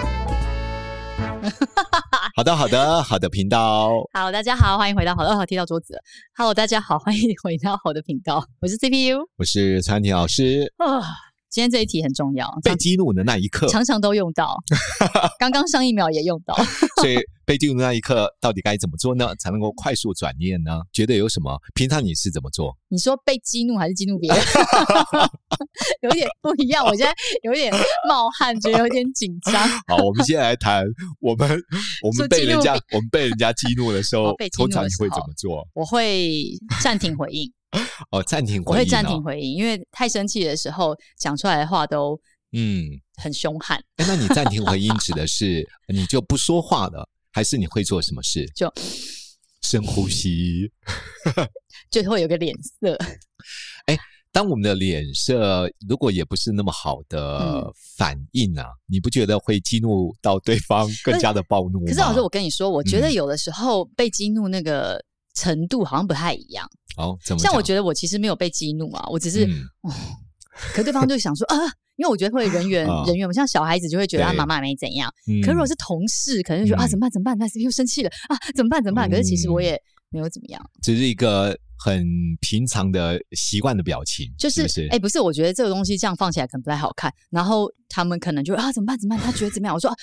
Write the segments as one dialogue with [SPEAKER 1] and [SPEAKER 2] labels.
[SPEAKER 1] 好的，好的，好的频道。
[SPEAKER 2] 好，大家好，欢迎回到好的，哦，踢到桌子了。Hello，大家好，欢迎回到好的频道，我是 CPU
[SPEAKER 1] 我是餐婷老师。
[SPEAKER 2] 啊。今天这一题很重要，
[SPEAKER 1] 被激怒的那一刻
[SPEAKER 2] 常，常常都 用到，刚刚上一秒也用到。
[SPEAKER 1] 所以被激怒的那一刻，到底该怎么做呢？才能够快速转念呢？觉得有什么？平常你是怎么做？
[SPEAKER 2] 你说被激怒还是激怒别 人？有点不一样，我现在有点冒汗，觉得有点紧 张。
[SPEAKER 1] 好，我们先来谈我 们我
[SPEAKER 2] 说
[SPEAKER 1] 们被
[SPEAKER 2] 激
[SPEAKER 1] 人
[SPEAKER 2] 怒
[SPEAKER 1] 家
[SPEAKER 2] 别
[SPEAKER 1] 我们被人家激怒的时 候
[SPEAKER 2] 哦被，激
[SPEAKER 1] 通
[SPEAKER 2] 怒的
[SPEAKER 1] 常你会
[SPEAKER 2] 时候
[SPEAKER 1] 怎么做？
[SPEAKER 2] 我会暂停回应，
[SPEAKER 1] 哦，暂停
[SPEAKER 2] 我
[SPEAKER 1] 回应、哦，
[SPEAKER 2] 会暂停回应，因为太生气的时候讲出来的话都
[SPEAKER 1] 嗯，
[SPEAKER 2] 很凶悍，
[SPEAKER 1] 诶那你暂停回应指的是 你就不说话了，还是你会做什么事？
[SPEAKER 2] 就
[SPEAKER 1] 深呼吸。
[SPEAKER 2] 就会有个脸色。
[SPEAKER 1] 当我们的脸色如果也不是那么好的
[SPEAKER 2] 嗯
[SPEAKER 1] 反应啊，你不觉得会激怒到对方更加的暴怒吗？
[SPEAKER 2] 可是老师，我跟你说，我觉得
[SPEAKER 1] 嗯
[SPEAKER 2] 有的时候被激怒那个程度好像不太一样。
[SPEAKER 1] 哦，怎么
[SPEAKER 2] 像我
[SPEAKER 1] 讲
[SPEAKER 2] 觉得我其实没有被激怒啊，我只是，
[SPEAKER 1] 嗯
[SPEAKER 2] 可对方就想说啊。因为我觉得会人缘
[SPEAKER 1] 啊
[SPEAKER 2] 人缘，我像小孩子就会觉得啊
[SPEAKER 1] 对
[SPEAKER 2] 妈妈没怎样，
[SPEAKER 1] 嗯
[SPEAKER 2] 可是如果是同事，可能就说、
[SPEAKER 1] 嗯
[SPEAKER 2] 啊怎么办怎么办，那是不是又生气了啊怎么办怎么办？可是其实我
[SPEAKER 1] 嗯
[SPEAKER 2] 也没有怎么样，
[SPEAKER 1] 只是一个很平常的习惯的表情，
[SPEAKER 2] 就是
[SPEAKER 1] 是不
[SPEAKER 2] 哎
[SPEAKER 1] 是、
[SPEAKER 2] 不是，我觉得这个东西这样放起来可能不太好看，然后他们可能就啊怎么办怎么办，他觉得怎么样？我说、啊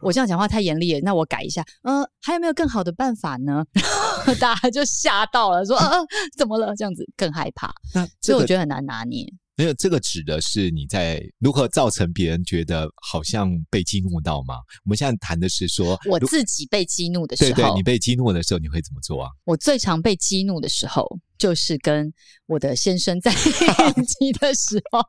[SPEAKER 2] 我这样讲话太严厉了，那我改一下，呃还有没有更好的办法呢？ 然后大家就吓到了，说呃、啊、怎么了？这样子更害怕，
[SPEAKER 1] 那
[SPEAKER 2] 所
[SPEAKER 1] 这
[SPEAKER 2] 以我
[SPEAKER 1] 个
[SPEAKER 2] 觉得很难拿捏。
[SPEAKER 1] 没有这个指的是你在如何造成别人觉得好像被激怒到吗？我们现在谈的是说
[SPEAKER 2] 我
[SPEAKER 1] 如
[SPEAKER 2] 自己被激怒的时
[SPEAKER 1] 对
[SPEAKER 2] 候，
[SPEAKER 1] 对，你被激怒的时候你会怎么做啊？
[SPEAKER 2] 我最常被激怒的时候，就是跟我的先生 在 一起的时候，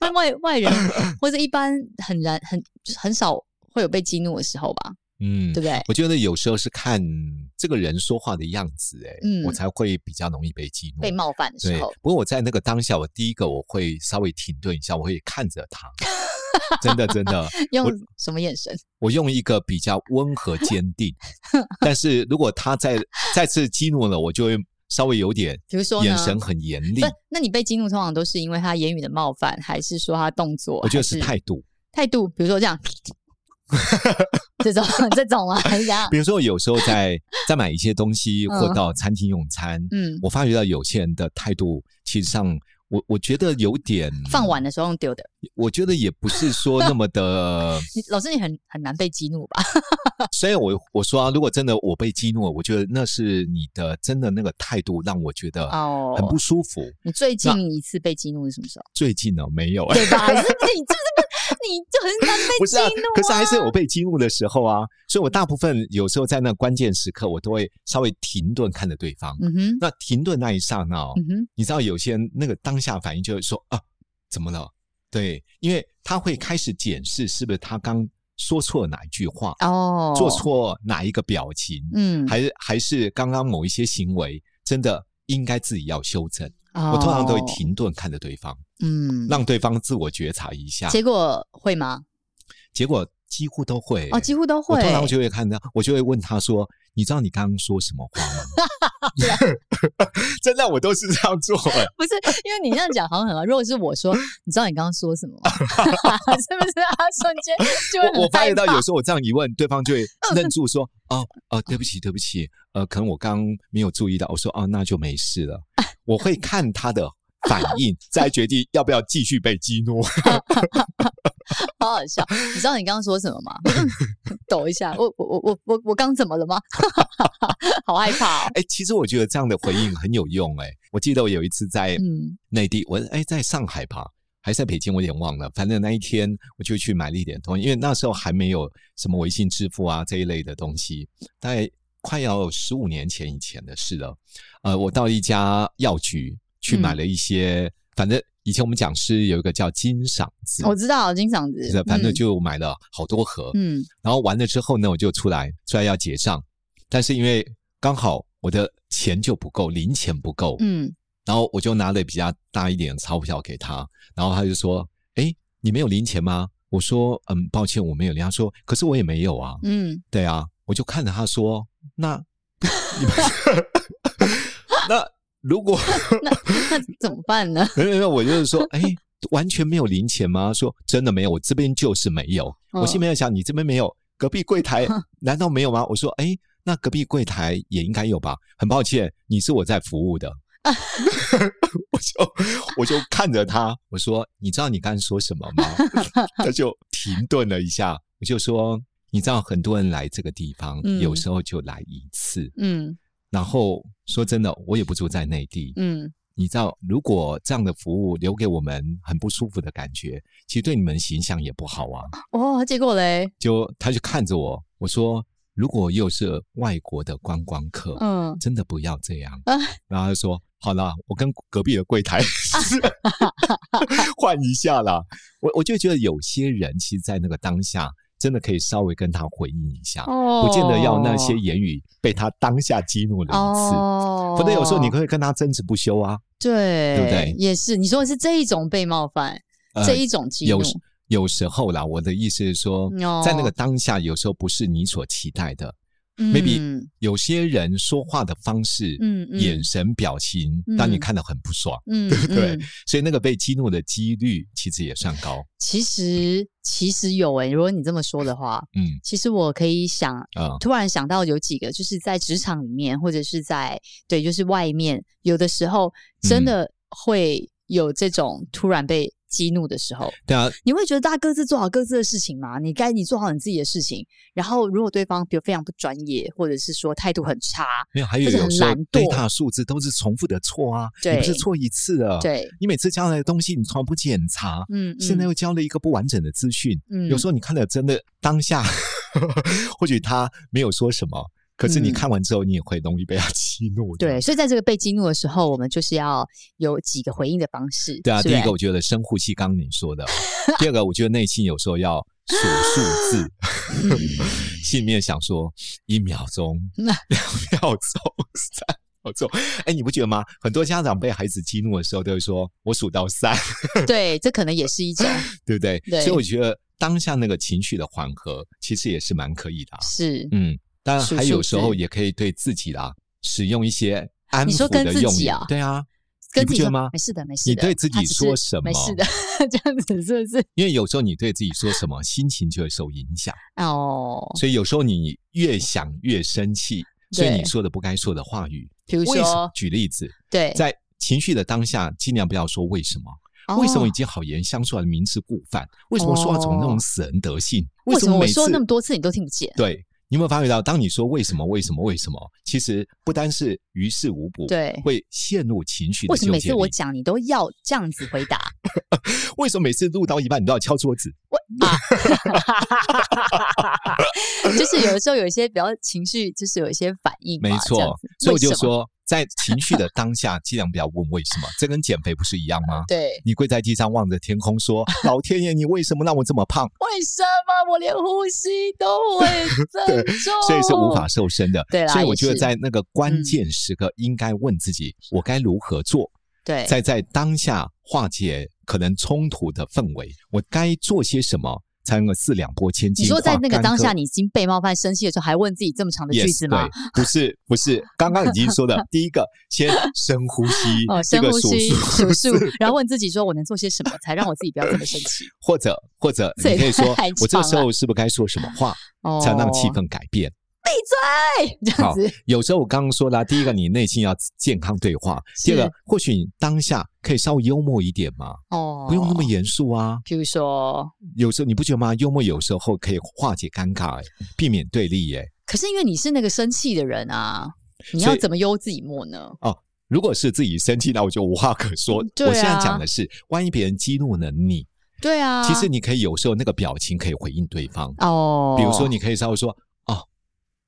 [SPEAKER 2] 那外外人或者一般很然很就是很少会有被激怒的时候吧，
[SPEAKER 1] 嗯
[SPEAKER 2] 对，不对？
[SPEAKER 1] 我觉得有时候是看这个人说话的样子、诶，哎、
[SPEAKER 2] 嗯
[SPEAKER 1] 我才会比较容易被激怒。
[SPEAKER 2] 被冒犯的时
[SPEAKER 1] 哦对
[SPEAKER 2] 候，，
[SPEAKER 1] 不过我在那个当下，我第一个我会稍微停顿一下，我会看着 他，真的真的，
[SPEAKER 2] 用什么眼神？
[SPEAKER 1] 我用一个比较温和坚 定。但是如果他再再次激怒了，我就会稍微有点
[SPEAKER 2] 比如说呢
[SPEAKER 1] 眼神很严厉
[SPEAKER 2] 不，，那你被激怒通常都是因为他言语的冒犯，还是说他动作？
[SPEAKER 1] 我觉得
[SPEAKER 2] 还
[SPEAKER 1] 是态度。
[SPEAKER 2] 态度，比如说这 样，这种这种啊，还是这样？
[SPEAKER 1] 比如说有时候 在在买一些东西或
[SPEAKER 2] 嗯
[SPEAKER 1] 到餐厅用餐，
[SPEAKER 2] 嗯，
[SPEAKER 1] 我发觉到有些人的态度，其实上我我觉得有点
[SPEAKER 2] 放碗的时候用丢的。
[SPEAKER 1] 我觉得也不是说那么 的，
[SPEAKER 2] 你老师，你很很难被激怒吧？
[SPEAKER 1] 虽然我我说啊，如果真的我被激怒了，我觉得那是你的真的那个态度让我觉得
[SPEAKER 2] 哦
[SPEAKER 1] 啊很不舒服。
[SPEAKER 2] 你最近一次被激怒是什 么时候？
[SPEAKER 1] 最近呢、没有，欸
[SPEAKER 2] 对吧？你是不是你就是不你就很难被
[SPEAKER 1] 不
[SPEAKER 2] 激
[SPEAKER 1] 是啊，
[SPEAKER 2] 怒
[SPEAKER 1] 可是还是我被激怒的时候啊，所以我大部分有时候在那关键时刻，我都会稍微停顿看着对方。
[SPEAKER 2] 嗯哼，
[SPEAKER 1] 那停顿那一刹那、哦，
[SPEAKER 2] 嗯哼，
[SPEAKER 1] 你知道有些人那个当下反应就会说啊，怎么了？对，因为他会开始检视是不是他刚说错了哪一句话，
[SPEAKER 2] 哦，
[SPEAKER 1] 做，错哪一个表情，
[SPEAKER 2] 嗯，
[SPEAKER 1] 还是还是刚刚某一些行为真的应该自己要修正。我
[SPEAKER 2] 我
[SPEAKER 1] 通常都会，停顿看着对方，
[SPEAKER 2] 哦嗯，
[SPEAKER 1] 让对方自我觉察一下。
[SPEAKER 2] 结果会吗？
[SPEAKER 1] 结果几乎都会欸
[SPEAKER 2] 哦，几乎都会
[SPEAKER 1] 我，通常就会看到，我就会问他说：“你知道你刚刚说什么话 吗？” 真的，我都是这样做欸的。
[SPEAKER 2] 不是因为你这样讲好像很好。如果是我说，你知道你刚刚说什么吗？ 是不是他瞬间 就会
[SPEAKER 1] 我我
[SPEAKER 2] 很
[SPEAKER 1] 发
[SPEAKER 2] 害
[SPEAKER 1] 现到
[SPEAKER 2] 怕？嗯
[SPEAKER 1] 有时候我这样一问，对方就会愣住说：“哦哦，对不起，对不起，呃，可能我刚刚没有注意到。”我说：“哦，那就没事了。”我会看他的反应，再决定要不要继续被激怒。
[SPEAKER 2] 好好笑！你知道你刚刚说什 么吗？抖一下，我我我我我我刚怎么了吗？ 好害怕哦，
[SPEAKER 1] 哎、其实我觉得这样的回应很有用、哎，我记得我有一次在
[SPEAKER 2] 嗯
[SPEAKER 1] 内地，我哎在上海吧，还是在北京，我有点忘了。反正那一天我就去买了一点东西，因为那时候还没有什么微信支付啊这一类的东西，大概快要十五年前以前的事了。呃，我到一家药局去
[SPEAKER 2] 嗯
[SPEAKER 1] 买了一些，反正以前我们讲师有一个叫金嗓子，
[SPEAKER 2] 我知道，金嗓子
[SPEAKER 1] 是，反正
[SPEAKER 2] 哦嗯
[SPEAKER 1] 就买了好多盒。
[SPEAKER 2] 嗯
[SPEAKER 1] 然后完了之后呢，我就出来出来要结账，但是因为刚好我的钱就不够，零钱不够，
[SPEAKER 2] 嗯
[SPEAKER 1] 然后我就拿了比较大一点的钞票给他，然后他就说：“哎，你没有零钱吗？”我说：“嗯，抱歉，我没有零。”他说：“可是我也没有啊。”
[SPEAKER 2] 嗯，
[SPEAKER 1] 对啊，我就看着他说：“那 你们那如果
[SPEAKER 2] 那怎么办呢？
[SPEAKER 1] 没有没有，我就是说， 哎、完全没有零钱吗？说真的没有，我这边就是没有。
[SPEAKER 2] 嗯
[SPEAKER 1] 我心里面想，你这边没有，隔壁柜台难道没有吗？我说，哎、那隔壁柜台也应该有吧？很抱歉，你是我在服务的。 我就我就看着他，我说：“你知道你刚才说什么吗？”他就停顿了一下，我就说：“你知道很多人来这个地方，
[SPEAKER 2] 嗯
[SPEAKER 1] 有时候就来一次。
[SPEAKER 2] 嗯
[SPEAKER 1] 然后说真的，我也不住在内地，
[SPEAKER 2] 嗯
[SPEAKER 1] 你知道，如果这样的服务留给我们很不舒服的感觉，其实对你们形象也不好啊。
[SPEAKER 2] 哦，结果嘞，
[SPEAKER 1] 就他就看着我，我说，如果又是外国的观光客，
[SPEAKER 2] 嗯，
[SPEAKER 1] 真的不要这样。
[SPEAKER 2] 啊
[SPEAKER 1] 然后他就说，好啦，我跟隔壁的柜台
[SPEAKER 2] 嗯
[SPEAKER 1] 换一下啦。我我就觉得有些人其实，在那个当下，真的可以稍微跟他回应一下，
[SPEAKER 2] 哦
[SPEAKER 1] 不见得要那些言语被他当下激怒了一次。
[SPEAKER 2] 哦，
[SPEAKER 1] 否则有时候你可以跟他争执不休啊。
[SPEAKER 2] 对
[SPEAKER 1] 对不对
[SPEAKER 2] 也是，你说的是这一种被冒犯，
[SPEAKER 1] 呃
[SPEAKER 2] 这一种激怒
[SPEAKER 1] 有，时有时候啦，我的意思是说，
[SPEAKER 2] 哦
[SPEAKER 1] 在那个当下，有时候不是你所期待的。
[SPEAKER 2] 嗯
[SPEAKER 1] maybe 有些人说话的方式、
[SPEAKER 2] 嗯嗯
[SPEAKER 1] 眼神、表情，
[SPEAKER 2] 嗯
[SPEAKER 1] 让你看得很不爽，
[SPEAKER 2] 嗯，
[SPEAKER 1] 对
[SPEAKER 2] 嗯
[SPEAKER 1] 所以那个被激怒的几率其实也算高。
[SPEAKER 2] 其实其实有诶、如果你这么说的话，
[SPEAKER 1] 嗯
[SPEAKER 2] 其实我可以想
[SPEAKER 1] 啊、
[SPEAKER 2] 突然想到有几个，就是在职场里面，或者是在对，就是外面，有的时候真
[SPEAKER 1] 嗯
[SPEAKER 2] 的会有这种突然被激怒的时候，
[SPEAKER 1] 对啊，
[SPEAKER 2] 你会觉得大家各自做好各自的事情嘛？你该你做好你自己的事情，然后如果对方比如非常不专业，或者是说态度很差，
[SPEAKER 1] 没有，还有
[SPEAKER 2] 或者
[SPEAKER 1] 有
[SPEAKER 2] 很
[SPEAKER 1] 时候
[SPEAKER 2] 懒惰
[SPEAKER 1] data 数字都是重复的错啊，你不是
[SPEAKER 2] 对
[SPEAKER 1] 错一次的，，
[SPEAKER 2] 对，
[SPEAKER 1] 你每次交来的东西你从来不检查，
[SPEAKER 2] 嗯，嗯
[SPEAKER 1] 现在又交了一个不完整的资讯，
[SPEAKER 2] 嗯
[SPEAKER 1] 有时候你看了真的当下，或许他没有说什么，可是你
[SPEAKER 2] 嗯
[SPEAKER 1] 看完之后，你也会容易被他激怒的。
[SPEAKER 2] 对，所以在这个被激怒的时候，我们就是要有几个回应的方式。
[SPEAKER 1] 对啊，
[SPEAKER 2] 是
[SPEAKER 1] 第
[SPEAKER 2] 不
[SPEAKER 1] 一
[SPEAKER 2] 是
[SPEAKER 1] 个我觉得深呼吸，刚刚你说的；哦 第二个，我觉得内心有时候要数数字，
[SPEAKER 2] 嗯
[SPEAKER 1] 心里面想说一秒 钟、两秒钟、三。秒钟。哎，你不觉得吗？很多家长被孩子激怒的时候，都会说“我数到三”，
[SPEAKER 2] 对，这可能也是一 种
[SPEAKER 1] 对不对？
[SPEAKER 2] 对
[SPEAKER 1] 所以我觉得当下那个情绪的缓和，其实也是蛮可以的啊、
[SPEAKER 2] 是。
[SPEAKER 1] 嗯，当然
[SPEAKER 2] 数
[SPEAKER 1] 还
[SPEAKER 2] 数
[SPEAKER 1] 有时候
[SPEAKER 2] 字
[SPEAKER 1] 也可以对自己啦，使用一些安
[SPEAKER 2] 你说
[SPEAKER 1] 抚
[SPEAKER 2] 跟
[SPEAKER 1] 的
[SPEAKER 2] 自
[SPEAKER 1] 用
[SPEAKER 2] 己
[SPEAKER 1] 语。
[SPEAKER 2] 啊
[SPEAKER 1] 对啊，
[SPEAKER 2] 跟
[SPEAKER 1] 你不
[SPEAKER 2] 自
[SPEAKER 1] 觉
[SPEAKER 2] 己说
[SPEAKER 1] 得吗？
[SPEAKER 2] 没事的，没事
[SPEAKER 1] 你
[SPEAKER 2] 的。
[SPEAKER 1] 对自
[SPEAKER 2] 他
[SPEAKER 1] 己
[SPEAKER 2] 只
[SPEAKER 1] 说
[SPEAKER 2] 是
[SPEAKER 1] 什
[SPEAKER 2] 没事
[SPEAKER 1] 么
[SPEAKER 2] 的， 这样子是不是？
[SPEAKER 1] 因为有时候你对自己说什么，心情就会受影响，
[SPEAKER 2] 哦，嗯
[SPEAKER 1] 所以有时候你越想越生气，所以
[SPEAKER 2] 对
[SPEAKER 1] 你说的不该说的话语。
[SPEAKER 2] 比如
[SPEAKER 1] 为什么
[SPEAKER 2] 说，哎
[SPEAKER 1] 举例子，
[SPEAKER 2] 对，
[SPEAKER 1] 在情绪的当下，尽量不要说为什么。
[SPEAKER 2] 哦
[SPEAKER 1] 为什么已经好言相说的明知故犯？为什么说话总那种死人德性？
[SPEAKER 2] 哦为什么我
[SPEAKER 1] 每次
[SPEAKER 2] 说那么多次你都听不见？
[SPEAKER 1] 对，你有没有发觉到，当你说为什么为什么为什么，其实不单是于事无补，
[SPEAKER 2] 对
[SPEAKER 1] 会陷入情绪的
[SPEAKER 2] 为什么每
[SPEAKER 1] 纠结
[SPEAKER 2] 次我
[SPEAKER 1] 里
[SPEAKER 2] 讲你都要这样子回答？
[SPEAKER 1] 为什么每次录到一半你都要敲桌子？
[SPEAKER 2] 就是有的时候有一些比较情绪，就是有一些反应
[SPEAKER 1] 没
[SPEAKER 2] 嘛，这样
[SPEAKER 1] 错
[SPEAKER 2] 子，
[SPEAKER 1] 所以我就，
[SPEAKER 2] 为什么
[SPEAKER 1] 说，在情绪的当下，尽量不要问为什么，这跟减肥不是一样吗？
[SPEAKER 2] 对，
[SPEAKER 1] 你跪在地上望着天空说：“老天爷，你为什么让我这么胖
[SPEAKER 2] 为什么我连呼吸都会
[SPEAKER 1] 对
[SPEAKER 2] 珍重？”？
[SPEAKER 1] 所以是无法瘦身的。
[SPEAKER 2] 哦对啦
[SPEAKER 1] 所以我
[SPEAKER 2] 也
[SPEAKER 1] 觉得
[SPEAKER 2] 是嗯
[SPEAKER 1] 在那个关键时刻，应该问自己：我该如何做？
[SPEAKER 2] 对，
[SPEAKER 1] 在在当下化解可能冲突的氛围，我该做些什么才能够四两拨千斤？
[SPEAKER 2] 你说在那个
[SPEAKER 1] 化干
[SPEAKER 2] 当下，
[SPEAKER 1] 戈
[SPEAKER 2] 你已经被冒犯、生气的时候，还问自己这么长的句
[SPEAKER 1] Yes，
[SPEAKER 2] 子吗？
[SPEAKER 1] 对，不是不是，刚刚已经说 的，第一个先深呼吸，
[SPEAKER 2] 哦，
[SPEAKER 1] 这
[SPEAKER 2] 深
[SPEAKER 1] 个
[SPEAKER 2] 呼吸、数
[SPEAKER 1] 数
[SPEAKER 2] 数
[SPEAKER 1] 字，
[SPEAKER 2] 然后问自己说：“我能做些什么，才让我自己不要这么生气
[SPEAKER 1] 或者或者
[SPEAKER 2] 这
[SPEAKER 1] 你
[SPEAKER 2] 也
[SPEAKER 1] 可以说
[SPEAKER 2] 太，
[SPEAKER 1] 我这
[SPEAKER 2] 长
[SPEAKER 1] 时候是不是该说什么话，？”
[SPEAKER 2] 哦，
[SPEAKER 1] 才能让气氛改变？
[SPEAKER 2] 哎，这样
[SPEAKER 1] 好
[SPEAKER 2] 子，
[SPEAKER 1] 有时候我刚刚说了，第一个你内心要健康对话，第二
[SPEAKER 2] 是
[SPEAKER 1] 个或许你当下可以稍微幽默一点嘛，
[SPEAKER 2] 哦，
[SPEAKER 1] 不用那么。严肃啊。
[SPEAKER 2] 比如说，
[SPEAKER 1] 有时候你不觉得吗？幽默有时候可以化解尴尬、欸，避免对立、欸，
[SPEAKER 2] 可是因为你是那个生气的人啊，你要
[SPEAKER 1] 所以
[SPEAKER 2] 怎么悠自己默呢？
[SPEAKER 1] 如果是自己生气，那我就无话可说。
[SPEAKER 2] 对
[SPEAKER 1] 我现在
[SPEAKER 2] 啊
[SPEAKER 1] 讲的是，万一别人激怒了你，
[SPEAKER 2] 对啊，
[SPEAKER 1] 其实你可以有时候那个表情可以回应对方，
[SPEAKER 2] 哦，
[SPEAKER 1] 比如说你可以稍微说哦，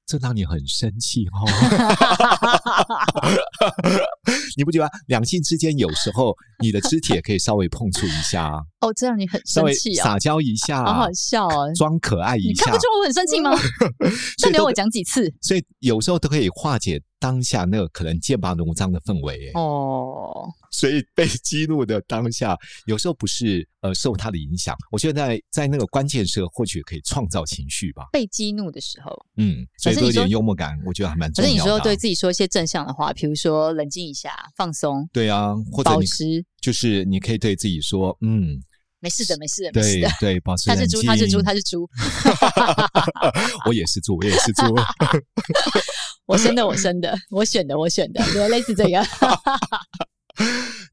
[SPEAKER 1] 这让你很生气哦。 你不觉得两性之间有时候你的肢体也可以稍微碰触一下啊，
[SPEAKER 2] 哦，这让你很
[SPEAKER 1] 稍
[SPEAKER 2] 生
[SPEAKER 1] 微
[SPEAKER 2] 气啊、
[SPEAKER 1] 撒娇一下
[SPEAKER 2] 好
[SPEAKER 1] 啊，
[SPEAKER 2] 好笑哦！
[SPEAKER 1] 装可爱
[SPEAKER 2] 你
[SPEAKER 1] 一
[SPEAKER 2] 看
[SPEAKER 1] 下
[SPEAKER 2] 不出。我很生气吗？
[SPEAKER 1] 所
[SPEAKER 2] 到
[SPEAKER 1] 以
[SPEAKER 2] 底要
[SPEAKER 1] 都
[SPEAKER 2] 我讲几次？
[SPEAKER 1] 所以有时候都可以化解当下那个可能剑拔弩张的氛围、欸。
[SPEAKER 2] 哦，
[SPEAKER 1] 所以被激怒的当下，有时候不是呃受他的影响，我觉得在在那个关键时刻，或许可以创造情绪吧。
[SPEAKER 2] 被激怒的时候，
[SPEAKER 1] 嗯，所以
[SPEAKER 2] 可是
[SPEAKER 1] 多
[SPEAKER 2] 你
[SPEAKER 1] 一点
[SPEAKER 2] 说
[SPEAKER 1] 幽默感，我觉得还蛮
[SPEAKER 2] 可
[SPEAKER 1] 重
[SPEAKER 2] 是你
[SPEAKER 1] 要的啊、
[SPEAKER 2] 说对自己说一些正向的话，比如说冷静一下，放松，
[SPEAKER 1] 对啊，或者
[SPEAKER 2] 保
[SPEAKER 1] 你
[SPEAKER 2] 持
[SPEAKER 1] 就是你可以对自己说， 嗯，
[SPEAKER 2] 没事的，没事的，没事
[SPEAKER 1] 对
[SPEAKER 2] 的。
[SPEAKER 1] 对，保持
[SPEAKER 2] 他
[SPEAKER 1] 冷
[SPEAKER 2] 是
[SPEAKER 1] 静。
[SPEAKER 2] 猪，他是猪，他是猪，
[SPEAKER 1] 我也是猪，我也是猪。
[SPEAKER 2] 我生的，我生的，我选的，我选的，对，类似这个。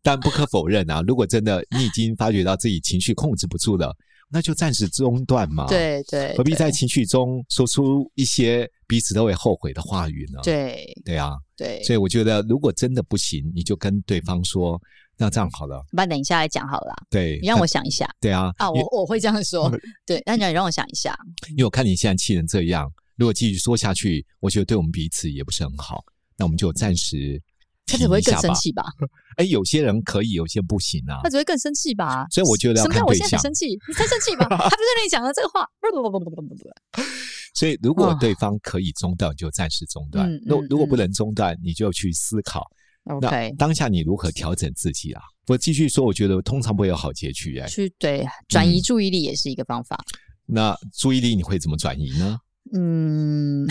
[SPEAKER 1] 但不可否认啊，如果真的你已经发觉到自己情绪控制不住了，那就暂时中断嘛。，
[SPEAKER 2] 对对，
[SPEAKER 1] 何必
[SPEAKER 2] 对
[SPEAKER 1] 在情绪中说出一些彼此都会后悔的话语呢？，
[SPEAKER 2] 对
[SPEAKER 1] 对啊。
[SPEAKER 2] 对？
[SPEAKER 1] 所以我觉得，如果真的不行，你就跟对方说，那这样好了，
[SPEAKER 2] 那等一下来讲好了啦，
[SPEAKER 1] 对，
[SPEAKER 2] 你让我
[SPEAKER 1] 那
[SPEAKER 2] 想一下
[SPEAKER 1] 对啊，
[SPEAKER 2] 啊，
[SPEAKER 1] 因
[SPEAKER 2] 我我会这样说，对，那你让我想一下，
[SPEAKER 1] 因为我看你现在气成这样，如果继续说下去，我觉得对我们彼此也不是很好，那我们就暂时
[SPEAKER 2] 他
[SPEAKER 1] 停
[SPEAKER 2] 只会
[SPEAKER 1] 一
[SPEAKER 2] 更
[SPEAKER 1] 下吧
[SPEAKER 2] 生。气吧？
[SPEAKER 1] 哎，有些人可以，有些不行啊
[SPEAKER 2] 他。只会更生气吧？
[SPEAKER 1] 所以我觉得要
[SPEAKER 2] 什么
[SPEAKER 1] 看
[SPEAKER 2] 叫我
[SPEAKER 1] 对
[SPEAKER 2] 现在
[SPEAKER 1] 象
[SPEAKER 2] 很生气？你才生气吧？他不是跟你讲了这个话？
[SPEAKER 1] 所以如果
[SPEAKER 2] 哦
[SPEAKER 1] 对方可以中断，就暂时中断
[SPEAKER 2] 嗯；
[SPEAKER 1] 如
[SPEAKER 2] 嗯
[SPEAKER 1] 如果不
[SPEAKER 2] 嗯
[SPEAKER 1] 能中断，你就去思考，那
[SPEAKER 2] OK，
[SPEAKER 1] 当下你如何调整自己啊？我继续说，我觉得通常不会有好结局。哎，
[SPEAKER 2] 去对转移
[SPEAKER 1] 嗯
[SPEAKER 2] 注意力也是一个方法。
[SPEAKER 1] 那注意力你会怎么转移呢？
[SPEAKER 2] 嗯，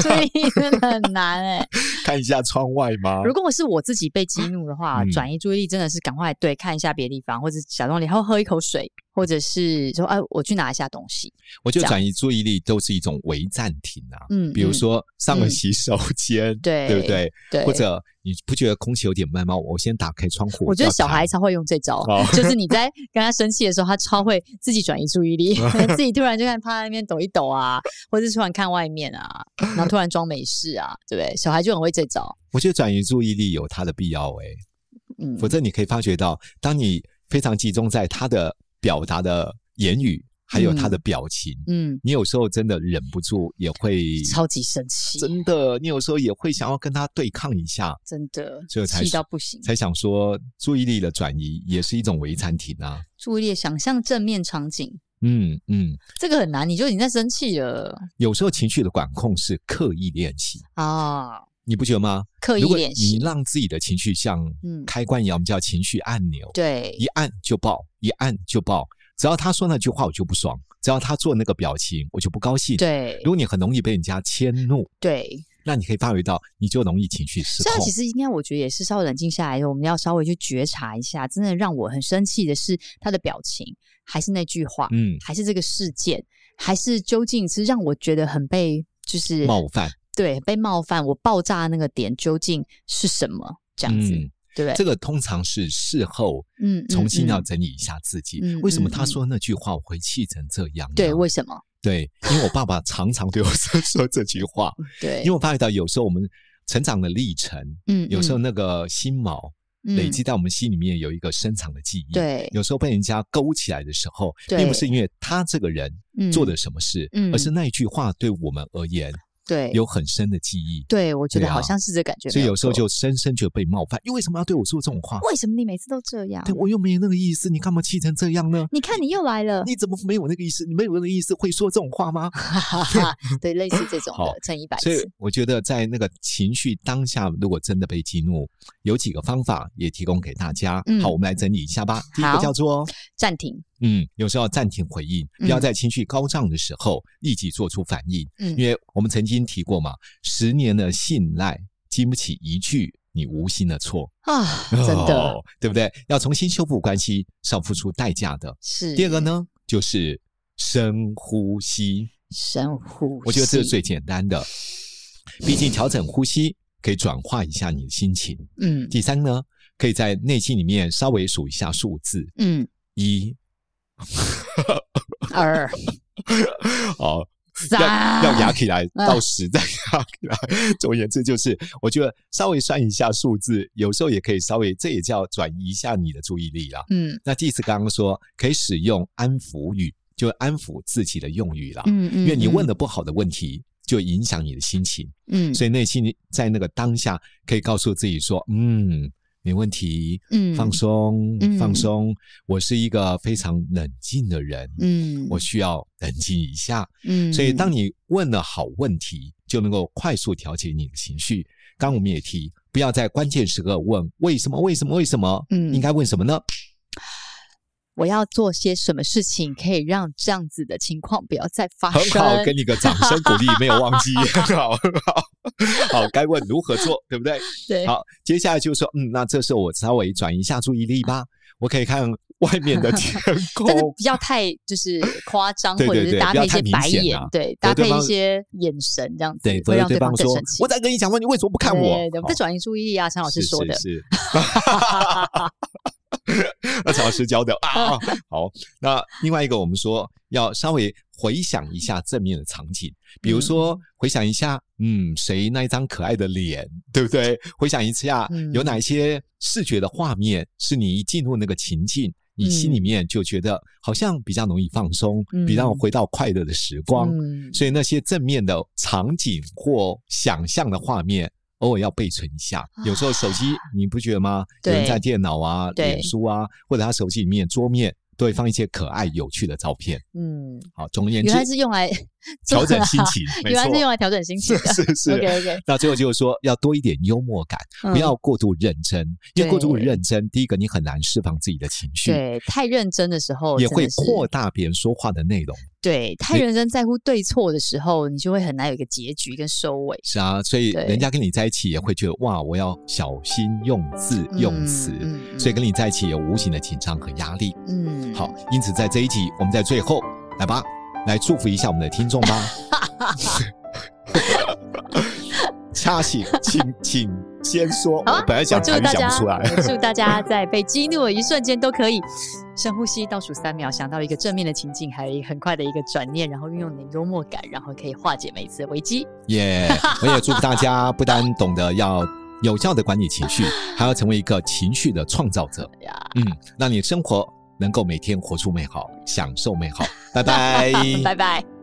[SPEAKER 2] 注意力真的很难哎、
[SPEAKER 1] 看一下窗外吗？
[SPEAKER 2] 如果是我自己被激怒的话，
[SPEAKER 1] 嗯
[SPEAKER 2] 转移注意力真的是赶快对看一下别的地方，或者假装你还要喝一口水，或者是说哎、我去拿一下东西。
[SPEAKER 1] 我觉得
[SPEAKER 2] 这样
[SPEAKER 1] 转移注意力都是一种微暂停啊，
[SPEAKER 2] 嗯，
[SPEAKER 1] 比如
[SPEAKER 2] 嗯
[SPEAKER 1] 说上了
[SPEAKER 2] 嗯
[SPEAKER 1] 洗手间，
[SPEAKER 2] 对
[SPEAKER 1] 对不对？
[SPEAKER 2] 对，
[SPEAKER 1] 或者你不觉得空气有点闷吗？我先打开窗户。
[SPEAKER 2] 我觉得
[SPEAKER 1] 要
[SPEAKER 2] 小
[SPEAKER 1] 看
[SPEAKER 2] 孩，超会用这招
[SPEAKER 1] 哦，
[SPEAKER 2] 就是你在跟他生气的时候，他超会自己转移注 意力，自己突然就看趴在那边抖一抖啊，或者是突然看外面啊，然后突然装没事啊，对不对？小孩就很会这招，
[SPEAKER 1] 我觉得转移注意力有它的必要诶、哎
[SPEAKER 2] 嗯，
[SPEAKER 1] 否则你可以发觉到，当你非常集中在他的表达的言语，还有他的表情，
[SPEAKER 2] 嗯，
[SPEAKER 1] 你有时候真的忍不住也会
[SPEAKER 2] 超级生气，
[SPEAKER 1] 真的，你有时候也会想要跟他对抗一下，
[SPEAKER 2] 真的
[SPEAKER 1] 这才
[SPEAKER 2] 气
[SPEAKER 1] 是
[SPEAKER 2] 到不行。
[SPEAKER 1] 才想说注意力的转移也是一种围餐停啊。
[SPEAKER 2] 注意力，想象正面场景，
[SPEAKER 1] 嗯嗯，
[SPEAKER 2] 这个很难，你就已经在生气了
[SPEAKER 1] 有时候情绪的管控是刻意练习，
[SPEAKER 2] 啊，
[SPEAKER 1] 你不觉得吗？
[SPEAKER 2] 刻
[SPEAKER 1] 嗯
[SPEAKER 2] 意
[SPEAKER 1] 如果
[SPEAKER 2] 练
[SPEAKER 1] 你
[SPEAKER 2] 习，
[SPEAKER 1] 让自己的情绪像
[SPEAKER 2] 嗯
[SPEAKER 1] 开关一样，我们叫情绪按钮，
[SPEAKER 2] 对
[SPEAKER 1] 一，按就爆，一按就爆。只要他说那句话，我就不爽；只要他做那个表情，我就不高兴。，
[SPEAKER 2] 对
[SPEAKER 1] 如，果你很容易被人家迁怒，
[SPEAKER 2] 对，
[SPEAKER 1] 那你可以发觉到，你就容易情绪失
[SPEAKER 2] 这样
[SPEAKER 1] 控
[SPEAKER 2] 其。实应该，我觉得也是稍微冷静下来以后，我们要稍微去觉察一下，真的让我很生气的是他的表情，还是那句话，
[SPEAKER 1] 嗯，
[SPEAKER 2] 还是这个事件，还是究竟是让我觉得很被就是
[SPEAKER 1] 冒犯。
[SPEAKER 2] 对被冒犯，我爆炸那个点究竟是什么？这样子，
[SPEAKER 1] 嗯，
[SPEAKER 2] 对不对？
[SPEAKER 1] 这个通常是事后
[SPEAKER 2] 嗯嗯
[SPEAKER 1] 重新要
[SPEAKER 2] 嗯
[SPEAKER 1] 整理一下自己。
[SPEAKER 2] 嗯
[SPEAKER 1] 为什么
[SPEAKER 2] 嗯
[SPEAKER 1] 他
[SPEAKER 2] 嗯
[SPEAKER 1] 说那句话我会气成这样呢？
[SPEAKER 2] 对为什么？
[SPEAKER 1] 对，因为我爸爸常常对我说这句话，
[SPEAKER 2] 对，
[SPEAKER 1] 因为我发觉到有时候我们成长的历程，
[SPEAKER 2] 嗯
[SPEAKER 1] 有时候
[SPEAKER 2] 嗯
[SPEAKER 1] 那个心锚累
[SPEAKER 2] 嗯
[SPEAKER 1] 积在我们心里面有一个深藏的记忆。。
[SPEAKER 2] 对
[SPEAKER 1] 有时候被人家勾起来的时候，
[SPEAKER 2] 对
[SPEAKER 1] 并不是因为他这个人
[SPEAKER 2] 嗯
[SPEAKER 1] 做的什么事，
[SPEAKER 2] 嗯
[SPEAKER 1] 而是那一句话对我们而言
[SPEAKER 2] 对
[SPEAKER 1] 有很深的记忆，
[SPEAKER 2] 对，我觉得
[SPEAKER 1] 对
[SPEAKER 2] 好
[SPEAKER 1] 啊
[SPEAKER 2] 像是这感觉没错，
[SPEAKER 1] 所以有时候就深深觉得被冒犯。你为什么要对我说这种话？
[SPEAKER 2] 为什么你每次都这样
[SPEAKER 1] 对？我又没有那个意思，你干嘛气成这样呢？
[SPEAKER 2] 你看你又来了，
[SPEAKER 1] 你怎么没有那个意思？你没有那个意思会说这种话 吗？
[SPEAKER 2] 哈哈，对，类似这种
[SPEAKER 1] 好
[SPEAKER 2] 的，乘以百
[SPEAKER 1] 所以
[SPEAKER 2] 次，
[SPEAKER 1] 我觉得在那个情绪当下，如果真的被激怒，有几个方法也提供给大家。
[SPEAKER 2] 嗯
[SPEAKER 1] 好，我们来整理一下吧。第一个
[SPEAKER 2] 好
[SPEAKER 1] 叫做
[SPEAKER 2] 暂停，
[SPEAKER 1] 嗯，有时候要暂停回应，不要
[SPEAKER 2] 嗯
[SPEAKER 1] 在情绪高涨的时候立即做出反应，
[SPEAKER 2] 嗯
[SPEAKER 1] 因为我们曾经提过嘛，十年的信赖经不起一句你无心的错，
[SPEAKER 2] 啊，真的、
[SPEAKER 1] 哦对不对？要重新修复关系是要付出代价的。
[SPEAKER 2] 是。
[SPEAKER 1] 第二个，呢，就是深呼吸，
[SPEAKER 2] 深呼吸，
[SPEAKER 1] 我觉得这是最简单的，毕竟调整呼吸可以转化一下你的心情。
[SPEAKER 2] 嗯
[SPEAKER 1] 第三呢，可以在内心里面稍微数一下数字
[SPEAKER 2] 嗯
[SPEAKER 1] 一。
[SPEAKER 2] 二
[SPEAKER 1] 哦，
[SPEAKER 2] 三
[SPEAKER 1] 要要压起来
[SPEAKER 2] 啊
[SPEAKER 1] 到十再压起来。总而言之，就是我觉得稍微算一下数字，有时候也可以稍微，这也叫转移一下你的注意力啦。
[SPEAKER 2] 嗯
[SPEAKER 1] 那第四刚刚说可以使用安抚语，就安抚自己的用语啦。
[SPEAKER 2] 嗯嗯，
[SPEAKER 1] 因为你问
[SPEAKER 2] 嗯
[SPEAKER 1] 了不好的问题，就影响你的心情。
[SPEAKER 2] 嗯
[SPEAKER 1] 所以内心在那个当下可以告诉自己说，嗯，没问题，
[SPEAKER 2] 嗯
[SPEAKER 1] 放松，
[SPEAKER 2] 嗯
[SPEAKER 1] 放松。我是一个非常冷静的人，
[SPEAKER 2] 嗯
[SPEAKER 1] 我需要冷静一下。
[SPEAKER 2] 嗯
[SPEAKER 1] 所以，当你问了好问题，就能够快速调节你的情绪。刚刚我们也提，不要在关键时刻问为什么，为什么，为什么，
[SPEAKER 2] 嗯
[SPEAKER 1] 应该问什么呢？
[SPEAKER 2] 我要做些什么事情，可以让这样子的情况不要再发
[SPEAKER 1] 很
[SPEAKER 2] 生？
[SPEAKER 1] 好，给你个掌声鼓励，没有忘记， 很好，很好， 好，该问如何做，对不对？
[SPEAKER 2] 对，
[SPEAKER 1] 好，接下来就说，嗯，那这时候我稍微转移一下注意力吧，我可以看外面的天空
[SPEAKER 2] 但。是 不要太 就是夸张，
[SPEAKER 1] 对
[SPEAKER 2] 或者
[SPEAKER 1] 对
[SPEAKER 2] 是
[SPEAKER 1] 对
[SPEAKER 2] 搭
[SPEAKER 1] 不要
[SPEAKER 2] 配一
[SPEAKER 1] 太
[SPEAKER 2] 些
[SPEAKER 1] 明
[SPEAKER 2] 白
[SPEAKER 1] 显
[SPEAKER 2] 眼
[SPEAKER 1] 啊，
[SPEAKER 2] 对，搭
[SPEAKER 1] 对
[SPEAKER 2] 配一
[SPEAKER 1] 方
[SPEAKER 2] 些眼神这样子
[SPEAKER 1] 对，，
[SPEAKER 2] 会
[SPEAKER 1] 否则
[SPEAKER 2] 让
[SPEAKER 1] 对
[SPEAKER 2] 方
[SPEAKER 1] 方
[SPEAKER 2] 更
[SPEAKER 1] 说
[SPEAKER 2] 生：“气
[SPEAKER 1] 我。在跟你讲话，你为什么不看我？”
[SPEAKER 2] 对对，
[SPEAKER 1] 好
[SPEAKER 2] 再转移注意力啊，常老师说的，
[SPEAKER 1] 是是是那曹老师教的啊。好，那另外一个我们说要稍微回想一下正面的场景，比
[SPEAKER 2] 嗯
[SPEAKER 1] 如说回想一下，嗯，谁那一张可爱的脸，对不对？回想一下
[SPEAKER 2] 嗯
[SPEAKER 1] 有哪一些视觉的画面是你一进入那个情境。你心里面就觉得好像比较容易放松，
[SPEAKER 2] 嗯
[SPEAKER 1] 比较回到快乐的时光，
[SPEAKER 2] 嗯
[SPEAKER 1] 所以那些正面的场景或想象的画面，偶尔要备存一下。有时候手机你不觉得吗？有
[SPEAKER 2] 啊对
[SPEAKER 1] 人在电脑啊、
[SPEAKER 2] 对
[SPEAKER 1] 脸书啊，或者他手机里面桌面都会放一些可爱有趣的照片。
[SPEAKER 2] 嗯，
[SPEAKER 1] 好，总而言之
[SPEAKER 2] 原，来是用来
[SPEAKER 1] 调整心，情，没
[SPEAKER 2] 原来是 用
[SPEAKER 1] 错，
[SPEAKER 2] 来调整心情的。
[SPEAKER 1] 是是。
[SPEAKER 2] OK OK，
[SPEAKER 1] 那最后就是说，要多一点幽默感，
[SPEAKER 2] 嗯
[SPEAKER 1] 不要过度认真，因为过度
[SPEAKER 2] 对
[SPEAKER 1] 认真，第一个你很难释放自己的情绪，
[SPEAKER 2] 对太认真的时候
[SPEAKER 1] 也
[SPEAKER 2] 真
[SPEAKER 1] 会
[SPEAKER 2] 的是
[SPEAKER 1] 扩大别人说话的内容。
[SPEAKER 2] 对太
[SPEAKER 1] 你
[SPEAKER 2] 认真在乎对错的时候，你就会很难有一个结局跟收尾。
[SPEAKER 1] 是啊，所以
[SPEAKER 2] 对
[SPEAKER 1] 人家跟你在一起也会觉得哇，我要小心用字用词，
[SPEAKER 2] 嗯嗯嗯
[SPEAKER 1] 所以跟你在一起有无形的紧张和压力。
[SPEAKER 2] 嗯，
[SPEAKER 1] 好，因此在这一集，我们在最后来吧，来祝福一下我们的听众 吧。 恰喜，请请先说，
[SPEAKER 2] 好啊
[SPEAKER 1] 我本来想
[SPEAKER 2] 我祝
[SPEAKER 1] 台语
[SPEAKER 2] 大
[SPEAKER 1] 讲
[SPEAKER 2] 家
[SPEAKER 1] 不出来。
[SPEAKER 2] 我祝 大家在被激怒的一瞬间都可以深呼吸，倒数三秒，想到一个正面的情境，还有一个很快的一个转念，然后运用你的幽默感，然后可以化解每一次的危机。
[SPEAKER 1] 耶我也祝福大家，不单懂得要有效的管理情绪，还要成为一个情绪的创造者。
[SPEAKER 2] 呀，
[SPEAKER 1] 嗯，让你生活能够每天活出美好，享受美好。拜拜。
[SPEAKER 2] 拜拜。